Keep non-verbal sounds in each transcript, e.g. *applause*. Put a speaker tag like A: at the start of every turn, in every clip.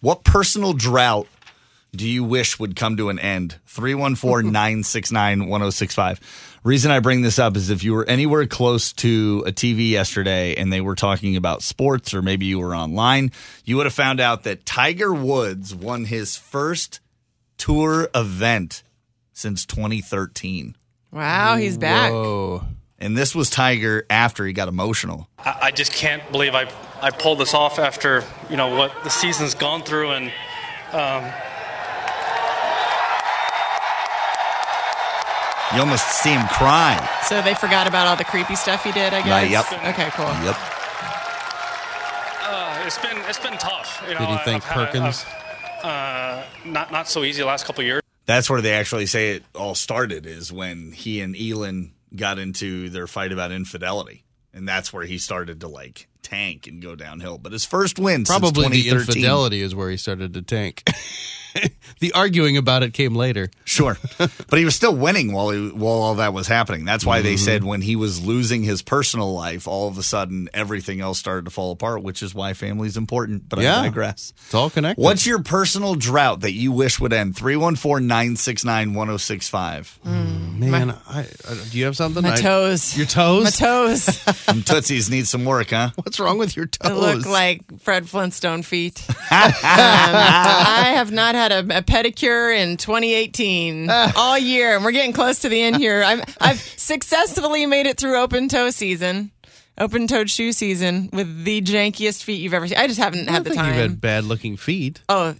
A: What personal drought do you wish would come to an end? 314 969 1065. Reason I bring this up is if you were anywhere close to a TV yesterday and they were talking about sports, or maybe you were online, you would have found out that Tiger Woods won his first tour event since 2013.
B: Wow, he's back.
C: Oh,
A: And this was Tiger after he got emotional.
D: I, I just can't believe I, I pulled this off after you know what the season's gone through and
A: You almost see him crying.
B: So they forgot about all the creepy stuff he did, I
A: Yeah,
B: guess?
A: yep.
B: Okay, cool.
A: Yep.
D: uh, it's been it's been tough. You know,
C: did he
D: I-
C: thank
D: I've had a-
C: Perkins?
D: I've- uh, not not so easy the last couple of years.
A: that's where they actually say it all started is when he and Elon got into their fight about infidelity. And that's where he started to like tank and go downhill. But his first win
C: Probably
A: since
C: the
A: 2013.
C: infidelity is where he started to tank. *laughs* the arguing about it came later. *laughs*
A: Sure. but he was still winning while he, while all that was happening. That's why
C: Mm-hmm.
A: they said when he was losing his personal life, all of a sudden everything else started to fall apart, which is why family's important. But
C: Yeah.
A: I digress.
C: It's all connected.
A: What's your personal drought that you wish would end? 314 969
C: *laughs*
A: 1065.
C: man? I, I, do you have something?
B: My
C: I-
B: toes.
C: Your *laughs* toes.
B: My toes.
A: And Tootsies need some work, huh?
C: What's wrong with your
B: They
C: toes?
B: look like Fred Flintstone
C: *laughs*
B: feet. um, I have not had a, a pedicure in
C: *laughs*
B: 2018 all year, and we're getting close to the end here. I'm, I've successfully made it through open toe season, open toed shoe season with the jankiest feet you've ever seen. I just haven't
C: I
B: had
C: don't
B: the
C: think
B: time.
C: you've had bad looking feet.
B: oh,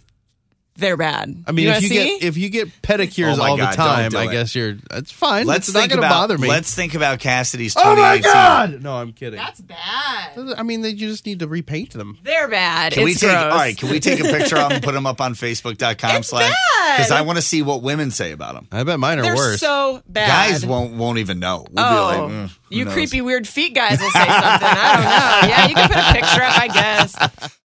B: they're bad.
C: I mean,
B: you
C: if
B: wanna
C: you
B: see?
C: get if you get pedicures
A: Oh my
C: all
A: God,
C: the
A: don't
C: time,
A: do
C: I
A: it.
C: guess you're. It's fine.
A: Let's
C: it's
A: think
C: not gonna
A: about.
C: bother me.
A: Let's think about Cassidy's.
C: oh my
A: 2018.
C: god! No, I'm kidding.
B: that's bad.
C: I mean, they, you just need to repaint them.
B: They're bad.
A: Can
B: it's
A: we take
B: gross.
A: all right? Can we take a picture of them
C: *laughs*
A: and put them up on Facebook.com slash? Because I want to see what women say about them.
C: I bet mine are
B: They're
C: worse.
B: so bad.
A: Guys won't won't even know. We'll
B: Oh,
A: be like, mm, who
B: you
A: knows?
B: creepy weird feet guys will say something. I don't know. Yeah, you can put a picture up, I guess.